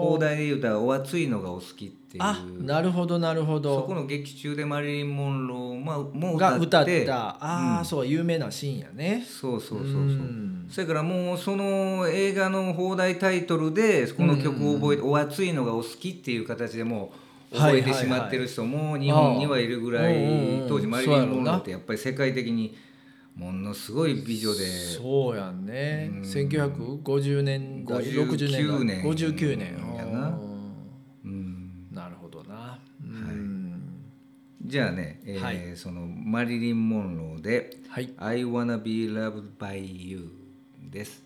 S1: 放
S2: お
S1: 題で言うたら「お熱いのがお好き」ってい
S2: あ
S1: う
S2: なるほどなるほ
S1: そこ
S2: ど
S1: の劇中でマリリン・モンローまあもう
S2: が歌
S1: 歌
S2: っ
S1: って
S2: たああ、
S1: うん
S2: そう有名なシーンやね
S1: そうそうそうそううんそれからもうその映画の放題タイトルでこの曲を覚えて「お熱いのがお好き」っていう形でもう覚えてしまってる人も日本にはいるぐら
S2: ああうんうん
S1: い
S2: うん
S1: 当時マリリン・モンローってやっぱり世界的にものすごい美女で
S2: そうやんね
S1: うん
S2: 1950年代60
S1: 59年
S2: 年代59年
S1: やな
S2: うん
S1: うん
S2: なるほどなうん
S1: じゃあねえー
S2: はい
S1: そのマリリン・モンローで
S2: はい
S1: 「I wanna be loved by you」です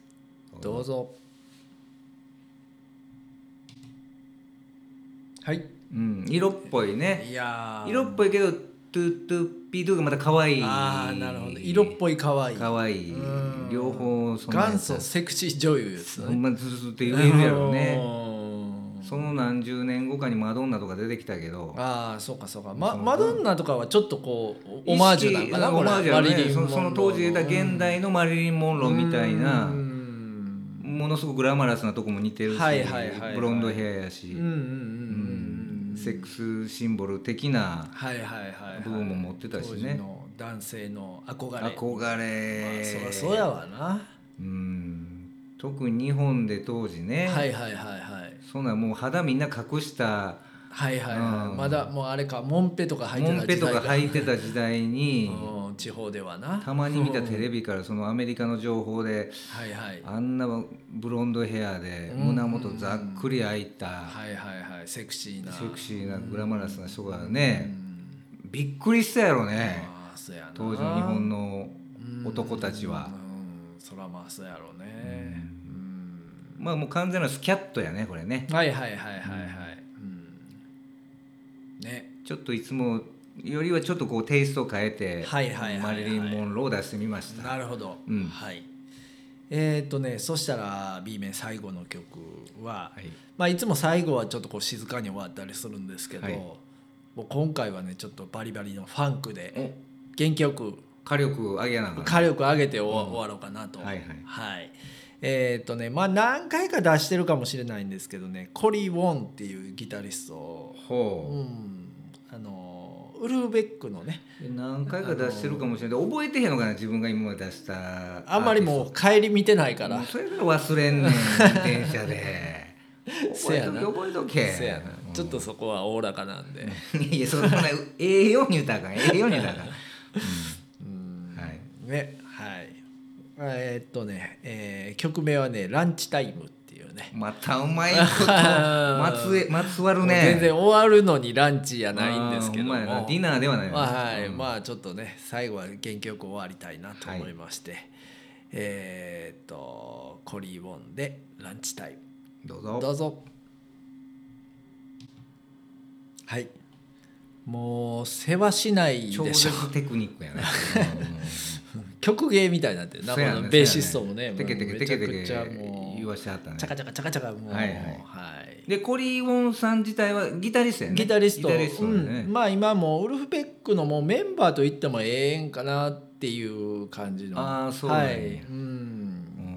S2: どうぞはい
S1: うん色っぽいね
S2: いやー
S1: 色っぽいけどトゥトゥピドゥがまた可愛い
S2: ああなるほど色っぽい可愛い
S1: 可愛い
S2: うん
S1: 両方その
S2: 元祖セクシー女優です
S1: ほん
S2: ね
S1: まずずずって言えるやろね
S2: うん
S1: その何十年後かにマドンナとか出てきたけど
S2: ああそうかそうか、ま、マドンナとかはちょっとこうオマージュなんかな
S1: 意識オマージュや
S2: これマリ
S1: ね
S2: リン
S1: そ
S2: モンロー
S1: のその当時出た現代のマリリン・モンローみたいな
S2: うん
S1: ものすごくグラマラスなとこも似てるし
S2: はいはいはいはい
S1: ブロンドヘアや
S2: う
S1: し
S2: んうんうんうんうん
S1: セックスシンボル的な
S2: はいはいはい、はい、
S1: 部分も持ってたし
S2: 当時
S1: ね
S2: の男性の憧れ
S1: 憧
S2: ま
S1: れ
S2: あ、そりゃそうやわな、
S1: うん特に日本で当時ね、
S2: はいはいはいはい
S1: そんなんもう肌みんな隠した
S2: はいはいはい、
S1: うん
S2: まだもうあれかモンペとか履い
S1: モ
S2: て
S1: ン
S2: た
S1: ペとか
S2: か
S1: 履いてた時代に
S2: [laughs] うん、地方ではな
S1: たまに見たテ
S2: ビ
S1: レビからそのアメリカの情報で
S2: はいはい
S1: あんなブロンドヘアで
S2: うん
S1: 胸元ざっくり開いた
S2: はいはいはいセクシーな
S1: セクシーなグラマラスな人がね
S2: うん
S1: びっくりしたやろね
S2: まあそうやな
S1: 当時の日本の男たちは
S2: うんそらまあそうやろうねうん
S1: まあもう完全なスキャットやねこれね
S2: はいはいはいはいはいうんね
S1: ちょっといつもよりはちょっとこうテイストを変えて
S2: はいはいはいはい
S1: マリリン・モンローを出してみました
S2: なるほど
S1: うん
S2: はいえーっとねそしたら B 面最後の曲は
S1: はい
S2: まあいつも最後はちょっとこう静かに終わったりするんですけど
S1: はい
S2: もう今回はねちょっとバリバリのファンクで
S1: お
S2: 元気よく
S1: 火力上げながら
S2: 火力上げて終わ終わろうかなと、
S1: はいはい
S2: えーっとねまあ何回か出してるかもしれないんですけどねコリー・ウォンっていうギタリスト、う
S1: ほ
S2: ん、あのウルーベックのね
S1: う何回か出してるかもしれない覚えてへんのかな自分が今まで出した
S2: あんまりもう帰り見てないか
S1: も
S2: ら
S1: うそれから忘れんねん電車で
S2: [laughs] せ
S1: 覚え
S2: や
S1: と
S2: な
S1: け覚えとけ
S2: せやなちょっとそこはおおらかなんで、
S1: うんいやそんなええように言うたらあかんええように言うたらあかん
S2: うん
S1: はい
S2: ねはいえーっとね、えー曲名はね「ランチタイム」っていうね
S1: またうまい
S2: [laughs]
S1: ことまつえまつわるね
S2: もう全然終わるのにランチじゃないんですけども
S1: あーほんまやなディナーではない
S2: まあはい、
S1: うん
S2: まあちょっとね最後は元気よく終わりたいなと思いまして、えーっとコリー・ウォンでランチタイ
S1: どう
S2: ム
S1: ぞ
S2: どうぞはいもう世話しない
S1: 超
S2: でしょ
S1: 絶テクニックやね
S2: 曲芸みたいになってるな
S1: そうやね
S2: このベーシストもね
S1: テケテケテケテ
S2: めちゃくち
S1: ケ
S2: ゃも
S1: 言
S2: う
S1: わしちゃったね
S2: チャカチャカチャカチャカもう
S1: はいはい
S2: はい
S1: でコリー・ウォンさん自体はギタリストやね
S2: ギタリスト
S1: ギタリストだね
S2: うん、まあ今もうウルフ・ベックのもうメンバーと言ってもええんかなっていう感じの
S1: あーそうなん
S2: は
S1: や
S2: い、う
S1: うん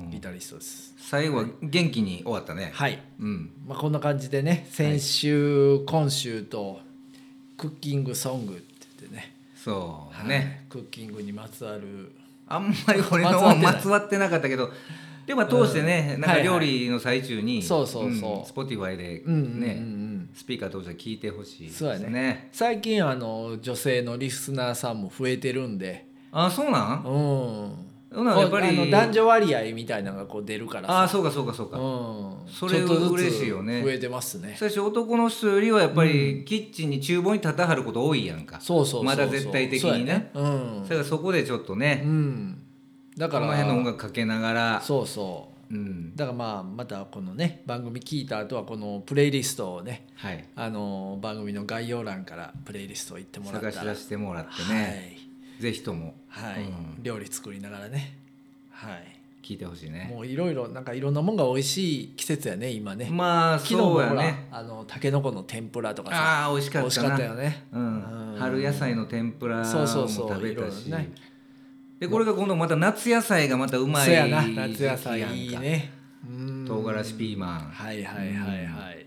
S2: ん、ギタリストです
S1: 最後は元気に終わったね、
S2: はい、
S1: うん
S2: まあ、こんな感じでね先週、今週とクッキングソングって言ってね,、
S1: そう
S2: は
S1: ね
S2: い、クッキングにまつわる
S1: あんまり俺のはまつわってなかったけどでも通してね、
S2: うん
S1: なんか
S2: はいは
S1: 料
S2: い
S1: 理の最中に、
S2: そうそうそう
S1: スポティファイでね、
S2: うんうんうんうん
S1: スピーカー通して聞いてほしいです
S2: そうやね
S1: ね
S2: 最近あの女性のリスナーさんも増えてるんで
S1: あそうな
S2: うん
S1: んほ
S2: こう
S1: な
S2: あ
S1: やっぱり
S2: の男女割合みたいなのがこう出るから
S1: あ
S2: さ
S1: そうかそうかそうか、
S2: うん
S1: それ
S2: ちょっとずつ
S1: 嬉しいよね
S2: 増えてますね
S1: 最初男の人よりはやっぱりキッチンに厨房に立たはること多いやんか、
S2: そうそうそうそう
S1: まだ絶対的にね
S2: そうや
S1: それからそこでちょっと
S2: うん、
S1: ね、
S2: うん、だ
S1: こ
S2: から
S1: の辺の音楽かけながら
S2: そうそう
S1: うん
S2: だからまあまたこのね番組聞いた後はこのプレイリストをね
S1: はい
S2: あの番組の概要欄からプレイリストを行ってもらったら
S1: 探し出してもらってね、ぜひとも
S2: はい、はい
S1: うん
S2: 料理作りながらねはい
S1: 聞いてほしいね
S2: もういろいろなんかいろんなもんが美味しい季節やね今ね、
S1: まあ
S2: 昨日も
S1: そ
S2: ほ
S1: う
S2: ら
S1: やね
S2: あのタケノコの天ぷらとかさ
S1: ああー美味しかったな
S2: 美味しかったよね
S1: うん
S2: うん
S1: 春野菜の天ぷらも
S2: そうそうそう
S1: 食べた
S2: い
S1: し
S2: ろいろね
S1: でこれが今度また夏野菜がまたうまい
S2: そやな
S1: 時期やんか
S2: 夏野菜いいねうん
S1: 唐辛子ピーマン
S2: はいはいはいはい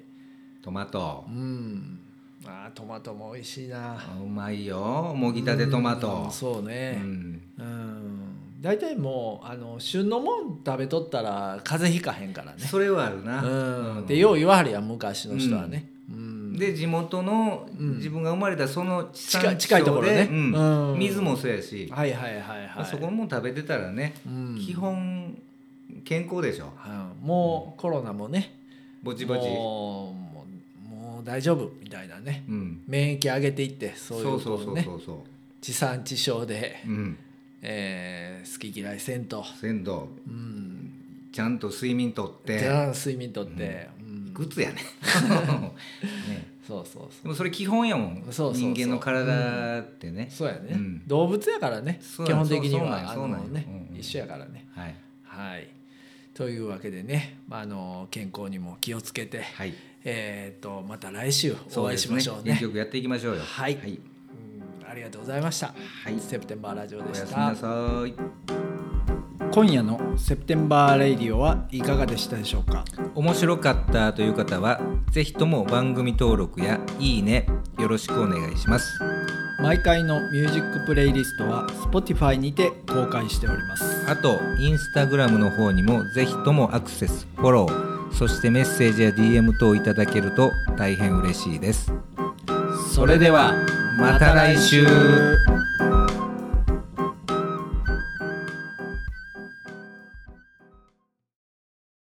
S1: トマト
S2: うんあートマトも美味しいな
S1: うまいよもぎたてトマ
S2: う
S1: ト
S2: んそう
S1: う
S2: ね
S1: ん
S2: うん大体もうあの旬のもん食べとったら風邪ひかへんからね
S1: それはある
S2: う
S1: なんうん
S2: ってよう言わはるやん昔の人はねうん
S1: で地元の
S2: ん
S1: 自分が生まれたその地
S2: 近い
S1: 産地
S2: 近いとこ
S1: 消
S2: ろ
S1: で
S2: ね
S1: うん
S2: うん
S1: 水もそうやし
S2: はいはいはいはい
S1: そこも食べてたらね
S2: うん
S1: 基本健康でしょ
S2: うんもうコロナもね
S1: ぼちぼち
S2: もうもうもう大丈夫みたいなね
S1: うん
S2: 免疫上げていって
S1: そ
S2: そ
S1: うう
S2: いう
S1: そう
S2: こ
S1: そう
S2: と
S1: そ
S2: を
S1: う
S2: ね
S1: そう
S2: 地産地消で、
S1: うん
S2: えー好き嫌いせんと、
S1: 鮮度
S2: うん、
S1: ちゃんと睡眠とっ
S2: で
S1: て
S2: 睡眠とって、うん
S1: グッズや
S2: [laughs]
S1: ねね
S2: そうそうそ
S1: でもそれ基本やもん
S2: そうそうそう
S1: 人間の体ってね
S2: う、そうやね、
S1: うん
S2: 動物やからね
S1: そう
S2: 基本的には
S1: そう
S2: あ
S1: そうなんやそうなん
S2: の
S1: や
S2: ね、
S1: うんうん
S2: 一緒やからね
S1: はい
S2: はいというわけでね、まあ、あの健康にも気をつけて、
S1: はい
S2: えー、とまた来週お
S1: そう
S2: 会
S1: で
S2: いし
S1: す
S2: ましょうね
S1: 元気よくやっていきましょうよ
S2: はい
S1: はい、
S2: うんありがとうございました、
S1: はい
S2: セプテンバーラジオ
S1: お
S2: で
S1: やす
S2: し
S1: み
S2: た
S1: なさい
S2: 「今夜の「セプテンバー・レイディオ」はいかがでしたでしょうか
S1: 面白かったという方はぜひとも番組登録やいいねよろしくお願いします
S2: 毎回のミュージックプレイリストは Spotify にて公開しております
S1: あとインスタグラムの方にもぜひともアクセスフォローそしてメッセージや DM 等いただけると大変嬉しいです
S2: それではまた来週